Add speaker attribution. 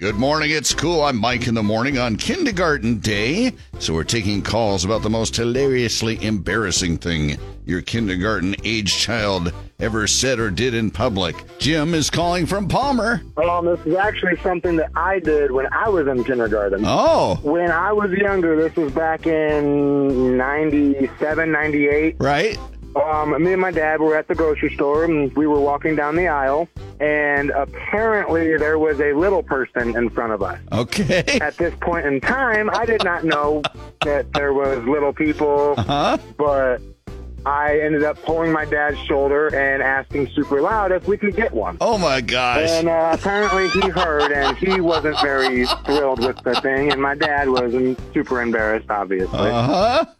Speaker 1: Good morning. It's cool. I'm Mike in the morning on kindergarten day. So we're taking calls about the most hilariously embarrassing thing your kindergarten age child ever said or did in public. Jim is calling from Palmer.
Speaker 2: Um, this is actually something that I did when I was in kindergarten.
Speaker 1: Oh,
Speaker 2: When I was younger, this was back in 97, 98.
Speaker 1: right.
Speaker 2: Um, me and my dad were at the grocery store and we were walking down the aisle, and apparently there was a little person in front of us.
Speaker 1: Okay.
Speaker 2: At this point in time, I did not know that there was little people, but I ended up pulling my dad's shoulder and asking super loud if we could get one.
Speaker 1: Oh my gosh.
Speaker 2: And uh, apparently he heard, and he wasn't very thrilled with the thing. And my dad was um, super embarrassed, obviously.
Speaker 1: Uh huh.